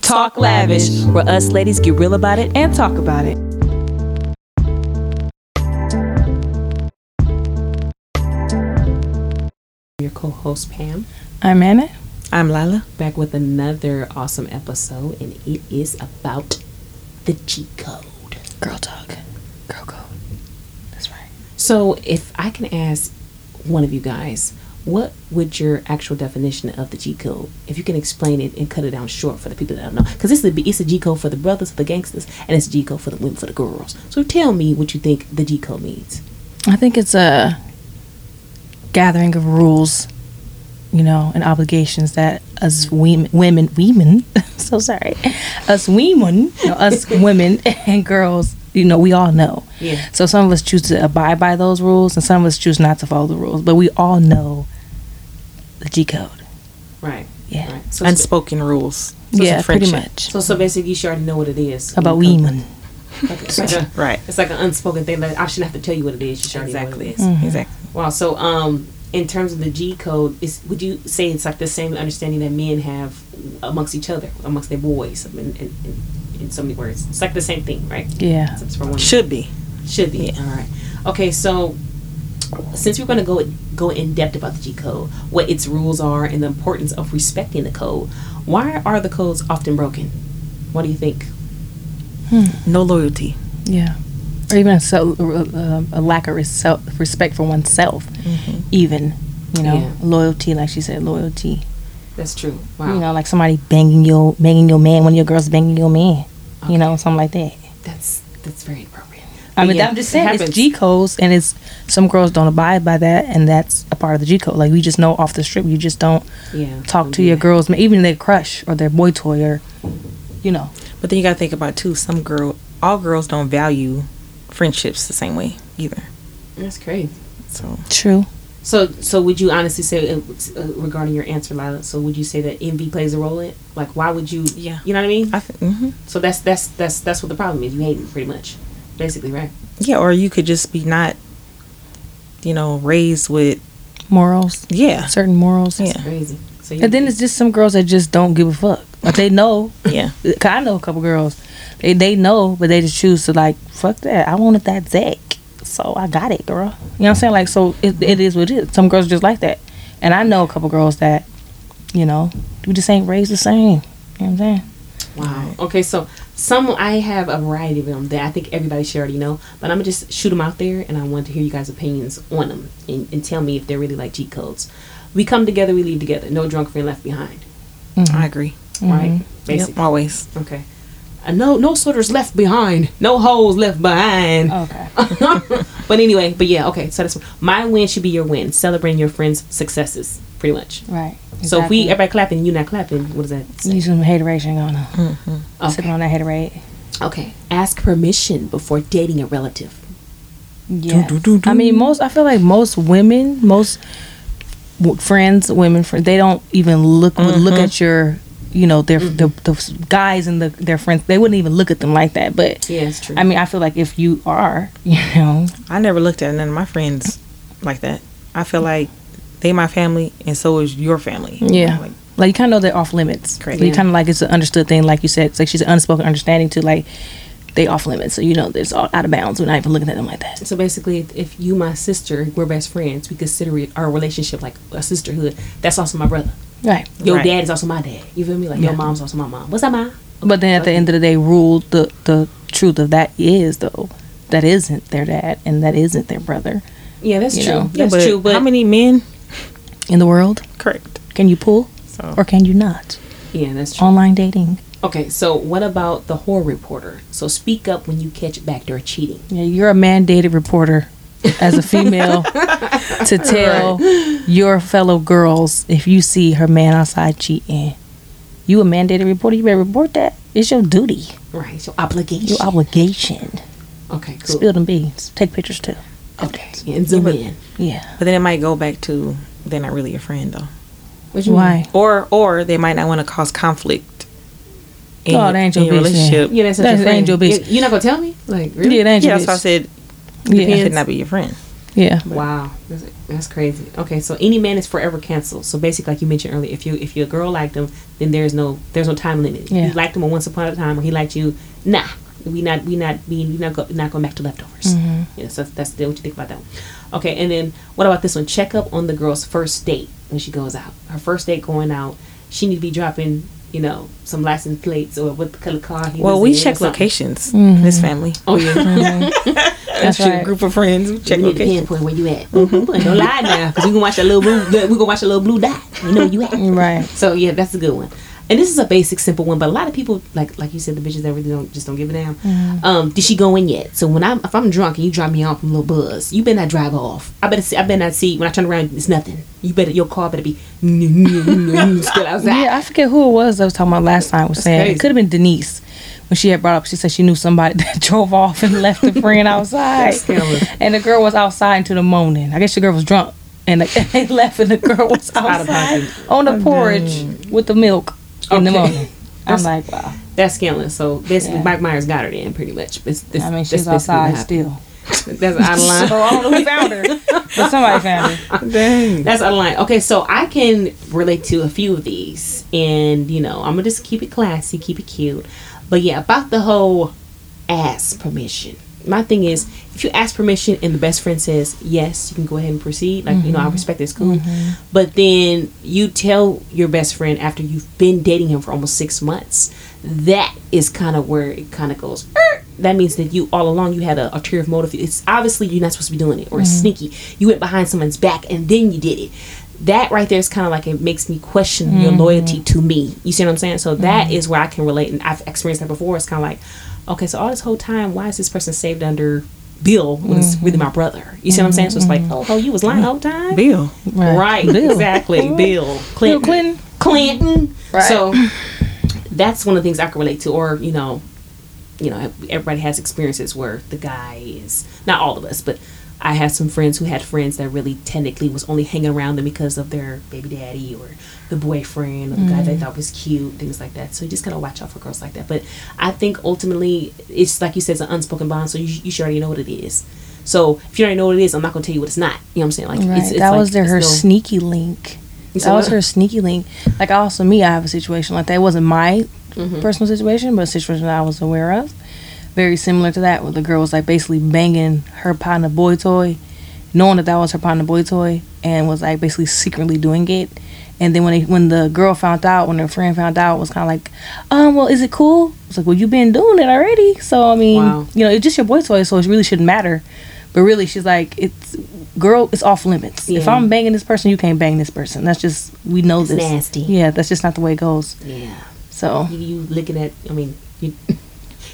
Talk Lavish, where us ladies get real about it and talk about it. Your co host, Pam. I'm Anna. I'm Lila. Back with another awesome episode, and it is about the G code. Girl talk. Girl go. That's right. So, if I can ask one of you guys, what would your actual definition of the G code? If you can explain it and cut it down short for the people that don't know, because it's the it's a G code for the brothers, for the gangsters, and it's a G code for the women, for the girls. So tell me what you think the G code means. I think it's a gathering of rules, you know, and obligations that us women, women, women. so sorry, us women, you know, us women and girls. You know, we all know. Yeah. So some of us choose to abide by those rules, and some of us choose not to follow the rules. But we all know the G code. Right. Yeah. Right. So, unspoken rules. So yeah, it's a pretty friendship. much. so so basically, you should already know what it is About When it women. comes- Okay, it's like a- Right. It's like an unspoken thing. Like I shouldn't have to tell you what it is. You should already know what it Exactly. is. Exactly. Wow. So, um, in terms of the G code, is would you say it's like the same understanding that men have amongst each other, amongst their boys, in, in, in, in so many words? It's like the same thing, right? Yeah. Except it's for women. Should be. Should be. All right. Okay. So, since we're going to go go in depth about the G code, what its rules are, and the importance of respecting the code, why are the codes often broken? What do you think? No loyalty. Yeah. Or even a, self, uh, a lack of resel- respect for oneself, even, you know, Mm-hmm. Yeah. loyalty, like she said, loyalty. That's true. Wow. You know, like somebody banging your banging your man, one of your girls banging your man, you know, something like that. that's that's very inappropriate. I mean, Yeah, I'm just it saying it's happens. G codes, and it's some girls don't abide by that, and that's a part of the G code. Like we just know off the strip, you just don't Yeah. talk to your girls, ma- even their crush or their boy toy, or you know, But then you gotta think about too. Some girl, all girls don't value friendships the same way either. That's crazy. So true. So, so would you honestly say uh, uh, regarding your answer, Lila? So, would you say that envy plays a role in? it? Like, why would you? Yeah. You know what I mean? I think, hmm so that's that's that's that's what the problem is. You hate it pretty much, basically, right? yeah. Or you could just be not, you know, raised with Morals, yeah, certain morals. yeah, Crazy. So you, And then it's just some girls that just don't give a fuck. Like they know, yeah. Cause I know a couple girls. They they know, but they just choose to like fuck that. I wanted that Zach, so I got it, girl. You know what I'm saying? Like so, it, it is what it is. Some girls just like that, and I know a couple girls that, you know, we just ain't raised the same. You know what I'm saying? wow. Okay, so some I have a variety of them that I think everybody should already know, but I'm gonna just shoot them out there, and I want to hear you guys' opinions on them and, and tell me if they're really like G codes. We come together, we leave together. No drunk friend left behind, I agree. right? Basically. Yep, always. Okay. Uh, no, no sorters left behind. No holes left behind. Okay. But anyway, but yeah, okay. So that's my win should be your win. Celebrating your friends' successes, pretty much. Right. So if we everybody clapping, you not clapping. What does that? Say? use some hateration going on, sitting Okay. on that haterade. okay. Ask permission before dating a relative. Yeah. Do, do, do, I mean, most. I feel like most women, most w- friends, women, fr- they don't even look would look at your, you know, their the, the s- guys and the, their friends. They wouldn't even look at them like that. But Yeah, it's true. I mean, I feel like if you are, you know, I never looked at none of my friends like that. I feel like they my family, and so is your family. yeah. Like, Like you kind of know they're off limits. Correct. So you Yeah. kind of like it's an understood thing, like you said. It's like she's an unspoken understanding to like they off limits. So you know, it's all out of bounds. We're not even looking at them like that. so basically, if, if you my sister, we're best friends. We consider it our relationship like a sisterhood. That's also my brother. Right. Your Right. dad is also my dad. You feel me? Like your mom's also my mom. What's up, ma? But then at the end of the day, rule the the truth of that is though that isn't their dad and that isn't their brother Yeah, that's You true. know. yeah, That's but true. But how many men? in the world. Correct. Can you pull So or can you not? yeah, that's true. Online dating. Okay, so what about the whore reporter? So speak up when you catch backdoor cheating. Yeah, you're a mandated reporter as a female to tell your fellow girls if you see her man outside cheating. You a mandated reporter, you better report that. It's your duty, Right. So obligation. your obligation. okay, cool. Spill them beans. Take pictures too. okay. And zoom in. Yeah. But then it might go back to they're not really your friend though, What Why? or or they might not want to cause conflict. In, Oh, that ain't in your bitch, yeah. relationship. mean? Yeah, that's, That's that's your angel friend. bitch. You- You're not gonna tell me? Like really? Yeah, that ain't Yeah, your that's why I bitch. said Yeah. it could not be your friend. Yeah. Wow, that's, that's crazy. Okay, so any man is forever canceled. So basically, like you mentioned earlier, if you if your girl liked him, then there's no there's no time limit. If Yeah. You liked him a once upon a time, or he liked you. Nah, we not we not being we not go, not going back to leftovers. Mm-hmm. Yeah, so that's, that's what you think about that. One. Okay, and then what about this one? Check up on the girl's first date when she goes out. Her first date going out, she need to be dropping. You know, some license plates or what color car. He Well, was we in or check something. locations. This family, Oh yeah. Mm-hmm. That's Shoot, right. group of friends, we check we need a locations. pinpoint where you at. Mm-hmm. Pinpoint. Don't lie now, because we can watch that little blue. We gonna watch a little blue dot. We know where you at. Right. So yeah, that's a good one. And this is a basic, simple one, but a lot of people, like like you said, the bitches that really don't just don't give a damn. Mm-hmm. Um, did she go in yet? So when I'm if I'm drunk and you drive me off from a little buzz, you better not drive off. I better see, I better not see when I turn around, it's nothing. You better your car better be still outside. Yeah, I forget who it was I was talking about last time. Was saying crazy. it could have been Denise when she had brought up. She said she knew somebody that drove off and left a friend outside, killer. and the girl was outside until the morning. I guess the girl was drunk, and like, they left, and the girl was out of outside pocket. on the porridge with the milk in the Okay. morning. I'm like, wow. That's scandalous. So basically, Yeah. Mike Myers got her in pretty much. It's, it's, I mean, that's she's basically what outside happened. still. That's out of line. So I don't know who found her, but somebody found her. Dang. That's out of line. Okay, so I can relate to a few of these, and you know, I'm gonna just keep it classy, keep it cute. But yeah, about the whole ask permission. My thing is, if you ask permission and the best friend says yes, you can go ahead and proceed. Like you know, I respect this cool. But then you tell your best friend after you've been dating him for almost six months. That is kind of where it kind of goes. "Er." That means that you all along you had a ulterior motive. It's obviously you're not supposed to be doing it, or it's sneaky. You went behind someone's back and then you did it. That right there is kind of like it makes me question your loyalty to me. You see what I'm saying? So that is where I can relate, and I've experienced that before. It's kind of like, okay, so all this whole time, why is this person saved under Bill when it's really my brother? You see what I'm saying? So it's like, oh, oh, you was lying the whole time. Bill. Right, exactly. Bill Clinton. Clinton. Clinton. Right. So that's one of the things I can relate to, or you know, you know, everybody has experiences where the guy is not all of us, but I have some friends who had friends that really technically was only hanging around them because of their baby daddy or the boyfriend or the guy they Mm. thought was cute, things like that. So you just gotta watch out for girls like that. But I think ultimately it's like you said, it's an unspoken bond, so you, you should already know what it is. So if you already know what it is, I'm not gonna tell you what it's not. You know what I'm saying? Like Right. it's, it's that like- was their it's her no- sneaky link. You said That was what? her sneaky link. Like also me, I have a situation like that. It wasn't my Mm-hmm. personal situation, but a situation that I was aware of. Very similar to that, where the girl was like basically banging her partner boy toy, knowing that that was her partner boy toy, and was like basically secretly doing it. And then when they, when the girl found out, when her friend found out, was kind of like, um, well, is it cool? It's like, well, you've been doing it already. So I mean, Wow. you know, it's just your boy toy, so it really shouldn't matter. But really, she's like, it's girl, it's off limits. If Yeah. I'm banging this person, you can't bang this person. That's just we know this. nasty. Yeah, that's just not the way it goes. Yeah. So you, you looking at i mean you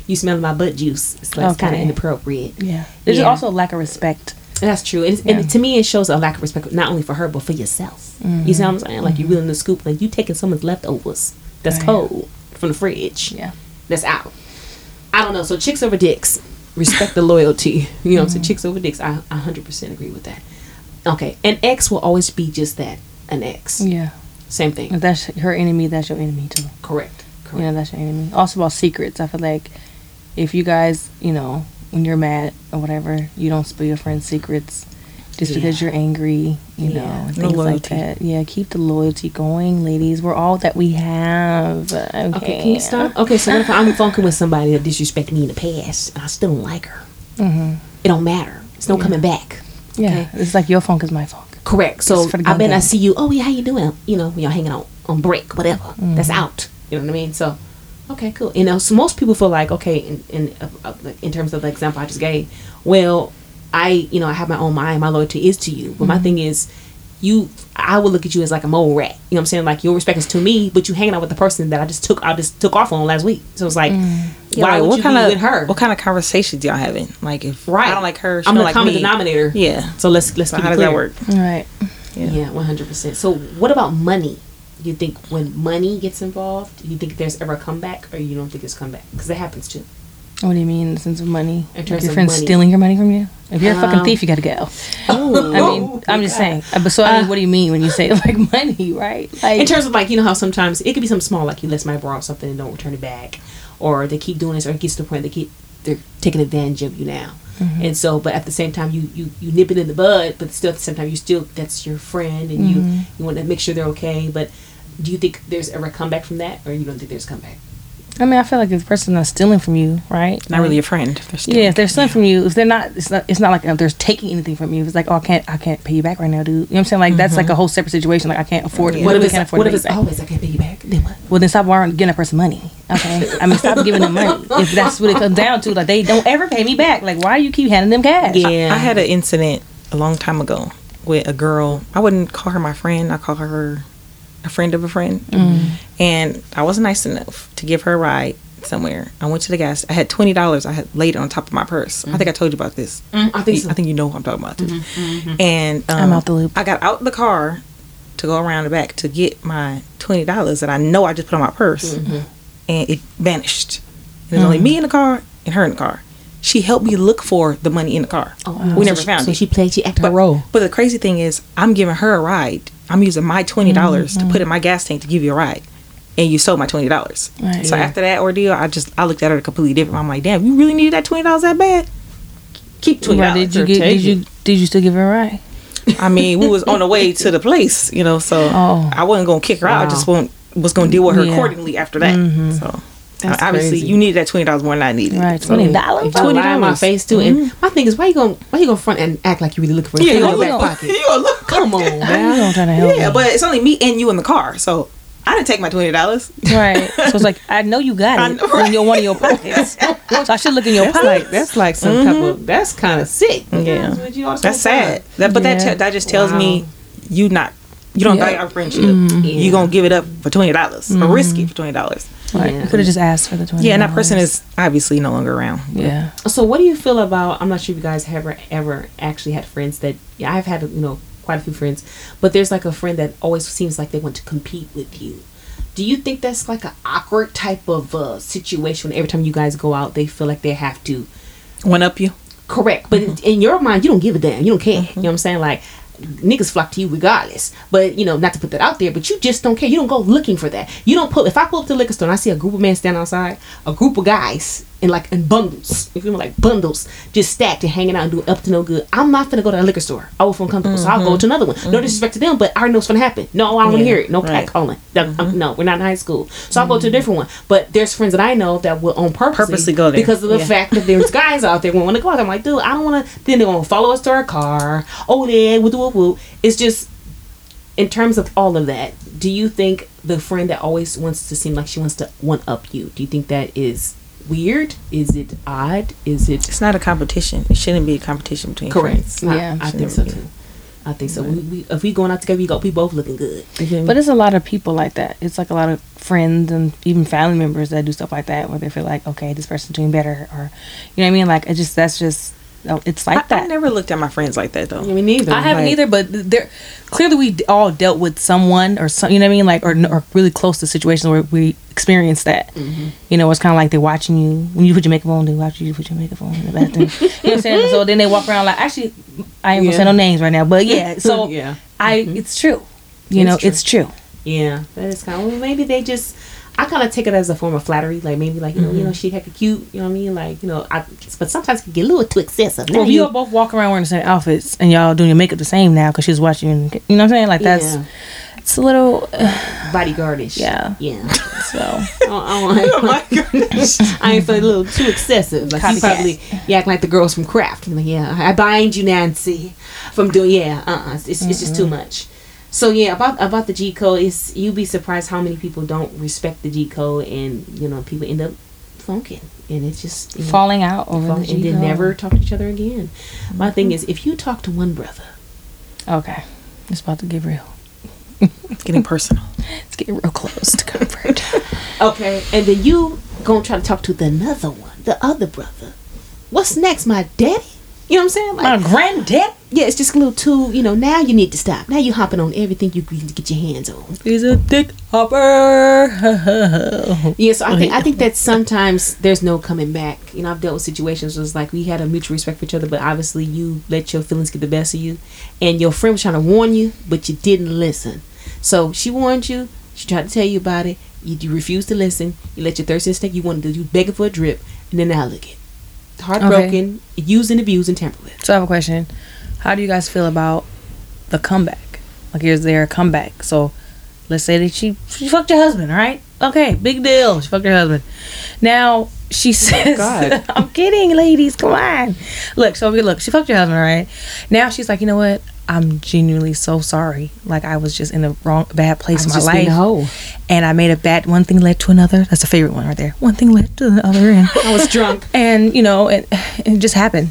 you smelling my butt juice it's, like, it's kind of Okay. inappropriate yeah, there's Yeah. also a lack of respect. and that's true and, it's, Yeah. and to me it shows a lack of respect not only for her but for yourself you see what i'm saying like you willing to scoop like you taking someone's leftovers that's Right. cold from the fridge Yeah, that's out i don't know so chicks over dicks respect the loyalty you know what i'm saying chicks over dicks i I 100% agree with that okay an ex will always be just that an ex yeah. Mm-hmm. same thing If that's her enemy, that's your enemy too. correct You correct know, that's your enemy. Also about secrets. I feel like if you guys, you know, when you're mad or whatever, you don't spill your friend's secrets just because you're angry. You Yeah. know, No and things like loyalty. that. Yeah, keep the loyalty going, ladies. We're all that we have. Okay, Okay, can you stop? Okay, so what if I'm funking with somebody that disrespected me in the past and I still don't like her? It don't matter. It's no coming back. Yeah, it's like your funk is my funk. Correct. So It's for the I bet I game. see you. Oh yeah, how you doing? You know, y'all hanging out on break, whatever. That's Mm-hmm. out. You know what I mean? So, okay, cool. You know, so most people feel like okay, in in, uh, uh, like, in terms of the example I just gave. Well, I you know I have my own mind. My loyalty is to you. But Mm-hmm. my thing is, you I would look at you as like a mole rat. You know what I'm saying? Like your respect is to me, but you hanging out with the person that I just took I just took off on last week. So it's like, Mm. Yeah, why like, would what you kind be of with her? What kind of conversations y'all having? Like if right? I don't like her, she I'm don't the like common me. denominator. Yeah. So let's let's So keep how it does that clear. Right. work? Yeah, one hundred percent. So, what about money? You think when money gets involved, you think there's ever a comeback, or you don't think there's comeback because it happens too. What do you mean in the sense of money? In If terms your of friend's money. stealing your money from you? If you're a Um, fucking thief, you gotta go. Oh, I mean, I'm Oh, just saying. Uh, But so, I mean, what do you mean when you say like money, right? Like, In terms of like you know how sometimes it could be something small like you let somebody borrow something and don't return it back, or they keep doing this, or it gets to the point they keep they're taking advantage of you now. Mm-hmm. And so, but at the same time, you you you nip it in the bud, but still at the same time, you still that's your friend, and you Mm-hmm. you want to make sure they're okay. But do you think there's ever a comeback from that, or you don't think there's a comeback? I mean, I feel like if the person's not stealing from you, right? Not really a friend. They're still- Yeah, if they're stealing from you, if they're not, it's not, it's not like uh, they're taking anything from you. It's like, oh, I can't, I can't pay you back right now, dude. You know what I'm saying? Like that's like a whole separate situation. Like I can't afford it. Mm-hmm. What if we it's can't afford what to if pay it's you back. always I can't pay you back? Then what? Well, then stop borrowing, giving a person money. Okay, I mean, stop giving them money if that's what it comes down to. Like they don't ever pay me back. Like why do you keep handing them cash? Yeah. I had an incident a long time ago with a girl. I wouldn't call her my friend. I call her a friend of a friend. And I was nice enough to give her a ride somewhere. I went to the gas. I had twenty dollars. I had laid it on top of my purse. I think I told you about this. Mm, I think so. I think you know what I'm talking about. Too. Mm-hmm, And um, I'm out the loop. I got out the car to go around the back to get my twenty dollars that I know I just put on my purse, Mm-hmm. and it vanished. And there's Mm. only me in the car and her in the car. She helped me look for the money in the car. Oh, wow. We never found it. So she played, she acted But- her role. But the crazy thing is, I'm giving her a ride. I'm using my twenty Mm-hmm, dollars to put in my gas tank to give you a ride, and you stole my twenty dollars. Right. So after that ordeal, I just I looked at her completely different. I'm like, damn, you really needed that twenty dollars that bad? Keep twenty Why dollars. did you get, did you did you still give her a ride? I mean, we was on the way to the place, you know. So Oh. I wasn't gonna kick her out. I just won't, was gonna deal with her Yeah. accordingly after that. So That's obviously, crazy. you needed that twenty dollars more than I needed. Right, So- twenty dollars. If you lie in my $20. face too, and my thing is, why you gonna why you gonna front and act like you really looking for it? Yeah, Put it you in your gonna- back pocket. you gonna look- Come on, I'm man. not trying to help. Yeah, you. but it's only me and you in the car, so I didn't take my twenty dollars. right. So it's like I know you got it know, right? in your one of your pockets. so I should look in your That's pocket. like that's like some type of that's kind of sick. Yeah. yeah, That's sad. That, but that Yeah. te- that just tells Oh, Wow. me you not you don't Yeah. value our friendship. Yeah. You gonna give it up for twenty dollars or risk it for twenty dollars. Like, Yeah. you could have just asked for the twenty. Yeah, and that person is obviously no longer around. Yeah. So, what do you feel about? I'm not sure if you guys have ever, ever actually had friends that. Yeah, I've had you know quite a few friends, but there's like a friend that always seems like they want to compete with you. Do you think that's like an awkward type of uh, situation? When every time you guys go out, they feel like they have to One up you. correct, but Mm-hmm. in- in your mind, you don't give a damn. You don't care. You know what I'm saying? Like niggas flock to you regardless. But you know, not to put that out there, but you just don't care. You don't go looking for that. You don't pull. If I pull up to the liquor store and I see a group of men standing outside, a group of guys in like in bundles, if you know, like bundles, just stacked and hanging out and doing up to no good. I'm not finna go to a liquor store. I will feel uncomfortable, so I'll go to another one. No disrespect to them, but I already know what's gonna happen. No, I don't want to Mm-hmm. Yeah, hear it. No pack right. Mm-hmm. calling. No, I'm- No, we're not in high school, so I'll go to a different one. But there's friends that I know that will on purpose Purposely go there. because of the Yeah. fact that there's guys out there who want to go out. I'm like, dude, I don't want to. Then they're gonna follow us to our car. Oh, yeah, woo, woo, woo. It's just in terms of all of that. Do you think the friend that always wants to seem like she wants to one up you? Do you think that is weird? Is it odd? Is it It's not a competition. It shouldn't be a competition between correct? friends. Nah, Yeah. I think so too. I think so. We, we, if we going out together, we go. We both looking good. But it's a lot of people like that. It's like a lot of friends and even family members that do stuff like that, where they feel like, okay, this person's doing better, or you know what I mean. Like it just that's just no, it's I, like that. I never looked at my friends like that though. me neither. I haven't like- either, but there clearly we d- all dealt with someone or some, you know what I mean, like or, n- or really close to situations where we experienced that. You know, it's kind of like they're watching you when you put your makeup on. They watch you put your makeup on in the bathroom. you know what I'm saying? So then they walk around like, actually, I ain't gonna say no names right now, but yeah. So Yeah. I, it's true. You It's know, true. it's true. Yeah, that is kind of well, maybe they just. I kind of take it as a form of flattery, like maybe like you know, Mm-hmm. you know, she heck cute, you know what I mean? Like you know, I but sometimes it can get a little too excessive. Now Well, if Oh, you all both walk around wearing the same outfits and y'all doing your makeup the same now because she's watching you. And, you know what I'm saying? Like that's Yeah. it's a little uh, bodyguardish. Yeah. yeah. so. I, don't- I, don't like- I ain't feel a little too excessive. Like you Oh Copycat. probably you act like the girls from Kraft. I'm like, yeah, I bind you, Nancy, from doing yeah. Uh, uh it's, it's just too much. So yeah, about about the G code, it's you'd be surprised how many people don't respect the G code, and you know, people end up flunking, and it's just you know, falling out over phone the Mm-hmm. and then G-code. never talk to each other again. My thing is, if you talk to one brother, Okay, it's about to get real. It's getting personal. It's getting real close to comfort. okay, and then you gonna try to talk to the another one, the other brother, what's next, my daddy? You know what I'm saying? Like, granddad yeah, it's just a little too. You know, now you need to stop. Now you hopping on everything you can get your hands on. is a dick hopper. Yeah, so I think I think that sometimes there's no coming back. You know, I've dealt with situations where it's like we had a mutual respect for each other, but obviously you let your feelings get the best of you, and your friend was trying to warn you, but you didn't listen. So she warned you. She tried to tell you about it. You, you refused to listen. You let your thirst instinct. You wanted to. You begging for a drip, and then now look it. heartbroken, used and abused and tampered with. So I have a question. How do you guys feel about the comeback? Like, is there a comeback? So, let's say that she she fucked your husband, right? Okay, big deal. She fucked your husband. Now she says, Oh God. "I'm kidding, ladies. Come on. Look, so we look. She fucked your husband, right? Now she's like, you know what? I'm genuinely so sorry. Like I was just in the wrong, bad place I in was my just life, being a hoe. and I made a bad. One thing led to another. That's a favorite one right there. One thing led to the other, and I was drunk and you know, and it just happened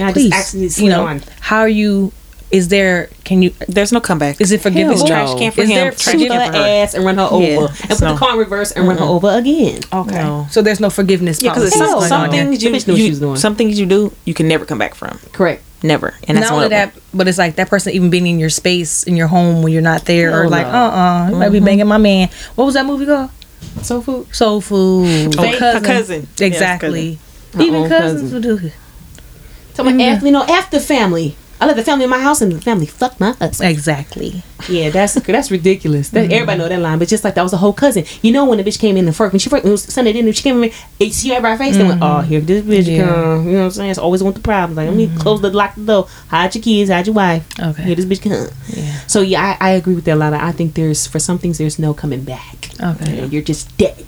and I please, just accidentally slid you know, on. how are you? Is there? Can you? There's no comeback. Is it forgiveness? Hell Trash? trash can for Is him? there trash Shoot her can for her. ass and run her over, Yeah. and put No. the car in reverse and run her over again. Okay. No. So there's no forgiveness. Yeah, because policy Hell some, going some on. no. things The you, bitch knew what she was you doing. some things you do you can never come back from. Correct. Never. And that's not only one of that, but it's like that person even being in your space in your home when you're not there, or Hell like, uh, no. uh you might be banging my man. What was that movie called? So food. Soul Food. Oh, her cousin. Yes, Exactly. cousin. Even Uh-oh, cousins cousin. would do it. So my after, you know, after family. I left the family in my house and the family fucked my husband. Mm-hmm. Exactly. Yeah, that's that's ridiculous. That everybody know that line, but just like that was a whole cousin. You know when the bitch came in the first when she first when it was Sunday dinner, she came in, it she had my face and went, Oh, here this bitch Yeah. come. You know what I'm saying? It's always want the problem. Like, let me close the lock the door. Hide your kids, hide your wife. Okay. Here this bitch come. Yeah. So yeah, I, I agree with that a lot. I think there's for some things there's no coming back. Okay. You know, You're just dead.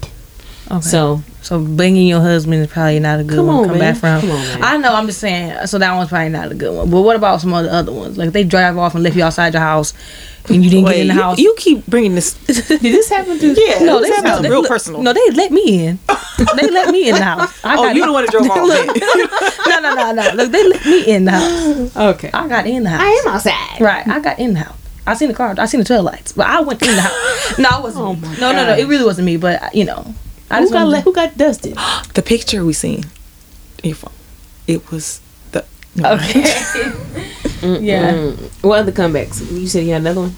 Okay. So So banging your husband is probably not a good Come one on, to come man. back from. Come on, man. I know, I'm just saying. So that one's probably not a good one. But what about some of the other ones? Like they drive off and left you outside your house, and you her. didn't Wait, get in the you, house. you keep bringing this. did this happen to Yeah, no, this they, no, sounds they real look- personal. No, they let me in. they let me in the house. I oh, got you in- the one that drove off. no, no, no, no. Look, they let me in the house. Okay. I got in the house. I am outside. Right, I got in the house. I seen the car. I seen the tail lights, but I went in the house. No, I wasn't. Oh me. my no, no, no. It really wasn't me. But you know, I Who just got wanted le- to- who got dusted? The picture we seen, your phone. It was the. no. Okay. yeah. Mm. What other comebacks? You said you had another one.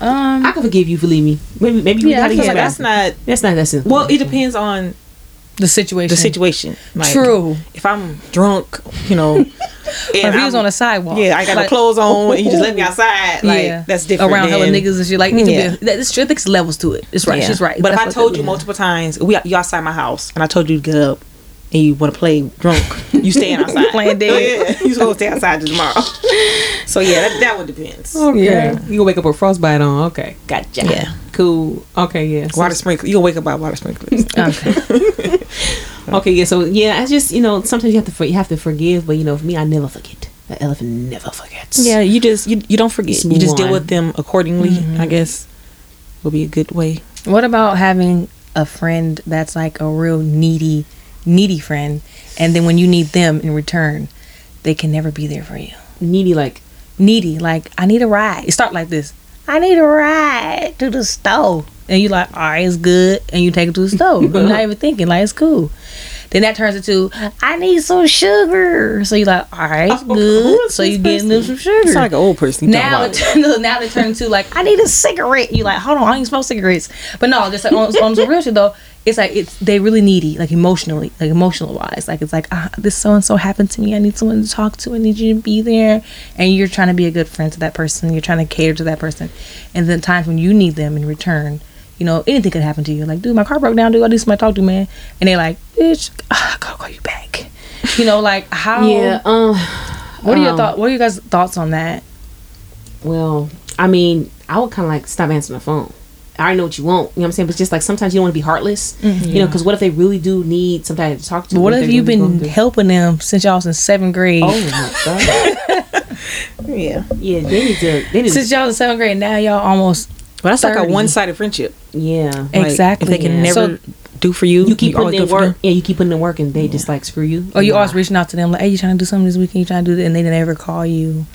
Um. I can forgive you for leaving me. Maybe maybe you Yeah, I gotta feel get Yeah, like back. that's not. That's not that simple. Well, it depends on the situation. the situation. Like, True. If I'm drunk, you know, and If he was I'm- on a sidewalk. yeah, I got no like- clothes on, and you just let me outside. Like that's different. Around hella than- niggas and shit. Like, need Yeah. to be, that, this shit thinks levels to it. It's right. Yeah. She's right. But if That's I what told it- you multiple times, we you outside my house, and I told you to get up, and you want to play drunk, you staying outside Playing dead. Yeah, you supposed to stay outside till tomorrow. So yeah, that, that one depends. okay. Yeah. You gonna wake up with frostbite on? Okay, gotcha. Yeah. cool. Okay, yeah. So- Water sprinkler. You'll wake up by water sprinklers. Okay. okay, yeah. So yeah, I just you know sometimes you have to for, you have to forgive, but you know for me, I never forget. An elephant never forgets. Yeah, you just you, you don't forget. Just you just move deal on. with them accordingly. I guess will be a good way. What about having a friend that's like a real needy, needy friend, and then when you need them in return, they can never be there for you. needy like Needy, like I need a ride. It start like this. I need a ride to the store, and you like, all right, it's good, and you take it to the store. You're not even thinking, like it's cool. Then that turns into, I need some sugar. So you like, all right, it's Oh, who good. is So this you getting them some sugar. It's like an old person. you Now it turned, talking no, now they turn to like I need a cigarette. You like hold on, I ain't smoke cigarettes. But no, just like, on, on some real shit though, it's like it's they really needy like emotionally, like emotional wise. Like it's like ah, this so and so happened to me. I need someone to talk to. I need you to be there. And you're trying to be a good friend to that person. You're trying to cater to that person. And then times when you need them in return, you know anything could happen to you. Like dude, my car broke down. Dude, I need somebody to talk to, man. And they like bitch, ah, I'll call you back. You know like how? yeah. Um. What are your um, thought? What are you guys' thoughts on that? Well, I mean, I would kind of like stop answering the phone. I already know what you want. You know what I'm saying? But just like sometimes you don't want to be heartless. You know, because what if they really do need somebody to talk to? Mm-hmm. But what if if they you've really going been through- helping them since y'all was in seventh grade? Oh my god! about. Yeah, yeah, they need to. They need. Since To, y'all in seventh grade, now y'all almost but that's like 30. a one-sided friendship. yeah. Like, exactly. If they can So- never do for you, You keep always putting in do for work. them. Yeah, you keep putting in work, and they just like screw you. or Oh, you Nah. always reaching out to them like, "Hey, you trying to do something this weekend? You trying to do that?" And they never call you.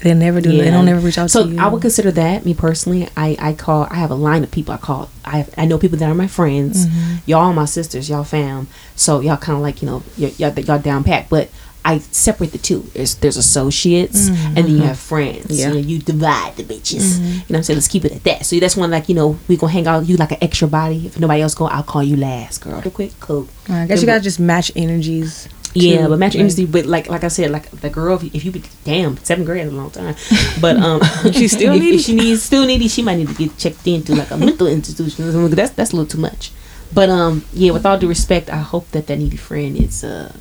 They never do. They don't never reach out so to you. I would consider that me personally. I I call. I have a line of people I call. I have, I know people that are my friends. Mm-hmm. Y'all are my sisters. Y'all fam. So y'all kind of like you know y- y'all y'all down pat. But I separate the two. There's, there's associates Mm-hmm. and then you have friends. Yeah. You, know, you divide the bitches. You know what I'm saying? Let's keep it at that. So that's one like you know we gonna hang out. You like an extra body. If nobody else go, I'll call you last, girl. Real quick, cool. I guess you Then- guys just match energies. yeah, too, but match like- industry. But like, like I said, like the girl, if you, if you be damn seven grade is a long time, but um, she still if, needy? If she needs still needy. She might need to get checked into like a mental institution. or something, 'cause That's that's a little too much. But um, yeah, with all due respect, I hope that that needy friend is uh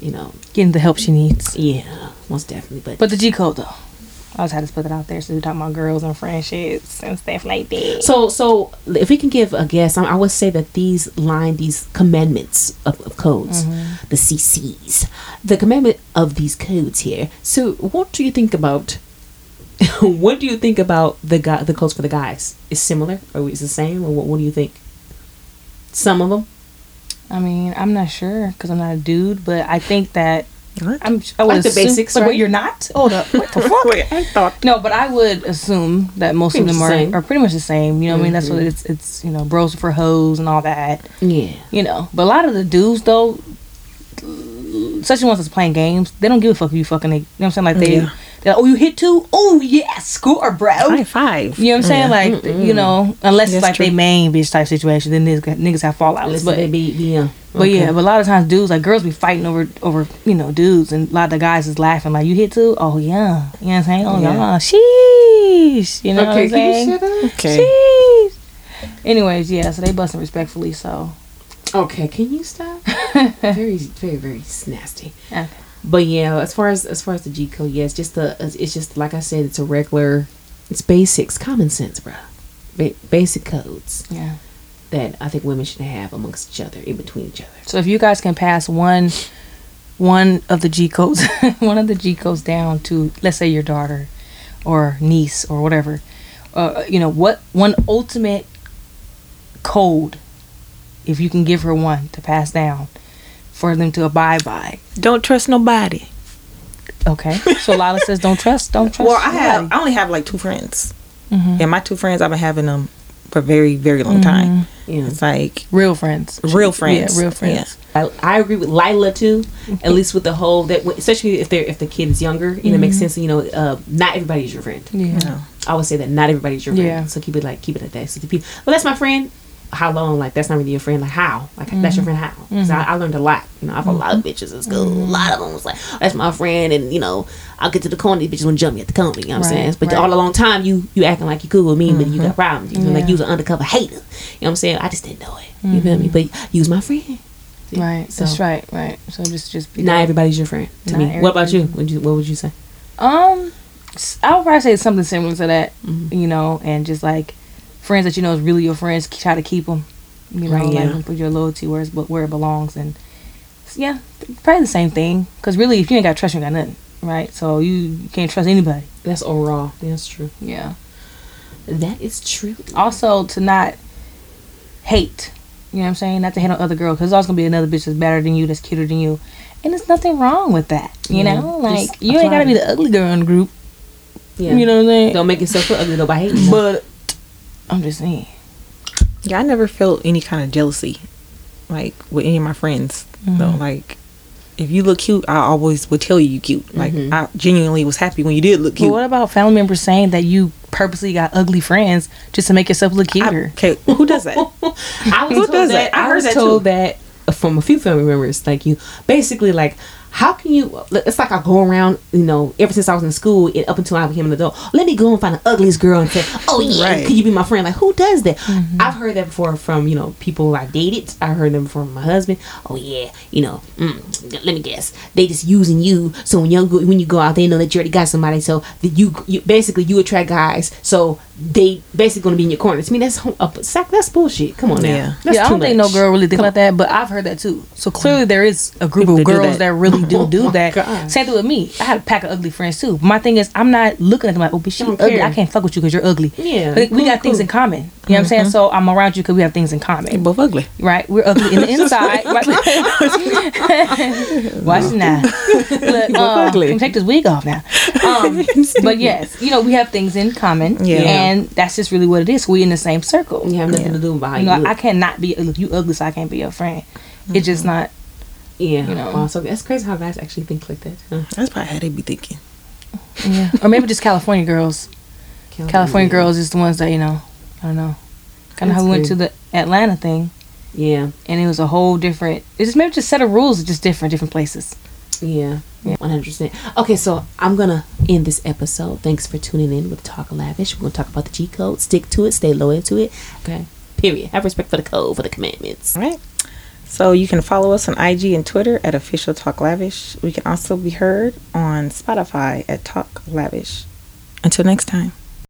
you know, Getting the help she needs. yeah, most definitely. But, But the G code though. I was had to put it out there so we talking about girls and friendships and stuff like that. so, so if we can give a guess, I, I would say that these line these commandments of, of codes, Mm-hmm. the CCs, the commandment of these codes here. So, what do you think about? what do you think about the guy, the codes for the guys? Is similar or is the same, or what, what do you think? Some of them. I mean, I'm not sure because I'm not a dude, but I think that What? I'm. I would Like the assume- basics, Wait, wait, right? you're not. Hold up. What the fuck? Wait, I thought No, but I would assume that most Pretty of them much the same. Mm-hmm. are, are pretty much the same. You know what I mean? That's what it's. It's you know bros for hoes and all that. Yeah. You know, but a lot of the dudes though, especially ones that's playing games, they don't give a fuck if you fucking. You know what I'm saying? Like they, Yeah. they're like, oh, you hit two? Oh yeah, score, bro. high five. You know what I'm saying? Like you know, unless That's it's like true. they main bitch type situation, then niggas, got- niggas have fallouts. Listen, but they be, yeah. but yeah, but a lot of times dudes like girls be fighting over over you know dudes, and a lot of the guys is laughing like you hit too. Oh yeah, you know what I'm saying? Oh yeah, sheesh. You know what I'm saying? Okay. Sheesh. Anyways, yeah, so they busting respectfully. So Okay, can you stop? very, very, very nasty. okay. But yeah, as far as as far as the G code, yeah, it's just the it's it's just like I said, it's a regular, it's basics, common sense, bruh. Ba- basic codes yeah. that I think women should have amongst each other, in between each other. So if you guys can pass one one of the G codes, one of the G codes down to let's say your daughter or niece or whatever, uh, you know what one ultimate code, if you can give her one to pass down for them to abide by. Don't trust nobody. Okay. So Lala says, "Don't trust, don't trust." Well, I have. nobody." I only have like two friends, and my two friends I've been having them for a very, very long time. Yeah. It's like real friends. real friends. Yeah, real friends. I, I agree with Lila too. At least with the whole that, especially if they're if the kid is younger, you know, it makes sense. You know, uh, not everybody's your friend. Yeah. No. I would say that not everybody's your friend. Yeah. So keep it like keep it at that. So the people, well, that's my friend. How long? Like that's not really your friend. Like how? Like that's Mm-hmm. your friend how? 'Cause I, I learned a lot. You know, I have a lot of bitches in school. A lot Mm-hmm. of them was like, "Oh, that's my friend, and you know, I'll get to the corner. These bitches won't jump me at the corner. You know what I'm Right, saying? But right. Mm-hmm. all along time, you you acting like you cool with me, but you got problems. You know, like Yeah. you was an undercover hater. You know what I'm saying? I just didn't know it. You feel me? But you was my friend. See? Mm-hmm. Right. So That's right. Right. So just just be not everybody's your friend. To Not me, what about you? everybody's- Would you? What would you say? Um, s- I would probably say something similar to that, Mm-hmm. you know, and just like friends that you know is really your friends, k- try to keep them, you know, Right, yeah. like put your loyalty where it's, but where it belongs, and s- yeah, probably the same thing. Cause really, if you ain't got trust, you ain't got nothing, right? So you, you can't trust anybody. That's overall. That's true. Yeah. That is true. Also, to not hate. You know what I'm saying? Not to hate on other girls, because there's always gonna be another bitch that's better than you, that's cuter than you, and there's nothing wrong with that. You Yeah, know, just like you ain't gotta apply be the ugly girl in the group. Yeah. You know what I'm saying? Don't make yourself feel ugly though by hating. But But I'm just saying. Yeah, I never felt any kind of jealousy, like with any of my friends. Though, like if you look cute, I always would tell you you cute. Like I genuinely was happy when you did look But cute. what about family members saying that you purposely got ugly friends just to make yourself look I- cuter? okay, who does that? I was Who told does that. that? I I, heard was that told too. that from a few family members. Like you, basically, like how can you? It's like I go around, you know, ever since I was in school and up until I became an adult. Let me go and find the ugliest girl and say, "Oh yeah, Right. could you be my friend?" Like who does that? Mm-hmm. I've heard that before from you know people I dated. I heard them from my husband. Oh yeah, you know, mm, let me guess, they just using you. So when you go, when you go out, they know that you already got somebody. So that you, you basically you attract guys. So they basically going to be in your corner. To me, that's ho- uh, sack. That's bullshit. Come on now. Yeah. That's yeah, I too don't think no much. girl really think Come like that, but I've heard that too. So clearly there is a group People of that do girls that. that. really do do Oh my that. God. Same thing with me. I had a pack of ugly friends too. My thing is, I'm not looking at them like, oh, bitch, you Don't ugly. care. I can't fuck with you because you're ugly. Yeah, Like, we cool, got things cool. Mm-hmm. in common. You know what I'm saying? So I'm around you because we have things in They common, both ugly. right? We're ugly in the inside. right? Watch now. Look, um, ugly. can take this wig off now. Um, but yes, you know, we have things in common. Yeah. And that's just really what it is. We're in the same circle. You have nothing to do with how You you know, look. I cannot be look, you ugly, so I can't be your friend. It's just not. yeah. you know. Wow, so that's crazy how guys actually think like that. Huh. That's probably how they be thinking. Yeah. or maybe just California girls. California girls is the ones that you know. I don't know. Kind of how That's we went to good. the Atlanta thing, Yeah. and it was a whole different. It's just maybe just set of rules, are just different, different places. Yeah, one hundred percent. Okay, so I'm gonna end this episode. Thanks for tuning in with Talk Lavish. We're gonna talk about the G code. Stick to it. Stay loyal to it. Okay. Period. Have respect for the code, for the commandments. All right. So you can follow us on IG and Twitter at Official Talk Lavish. We can also be heard on Spotify at Talk Lavish. Until next time.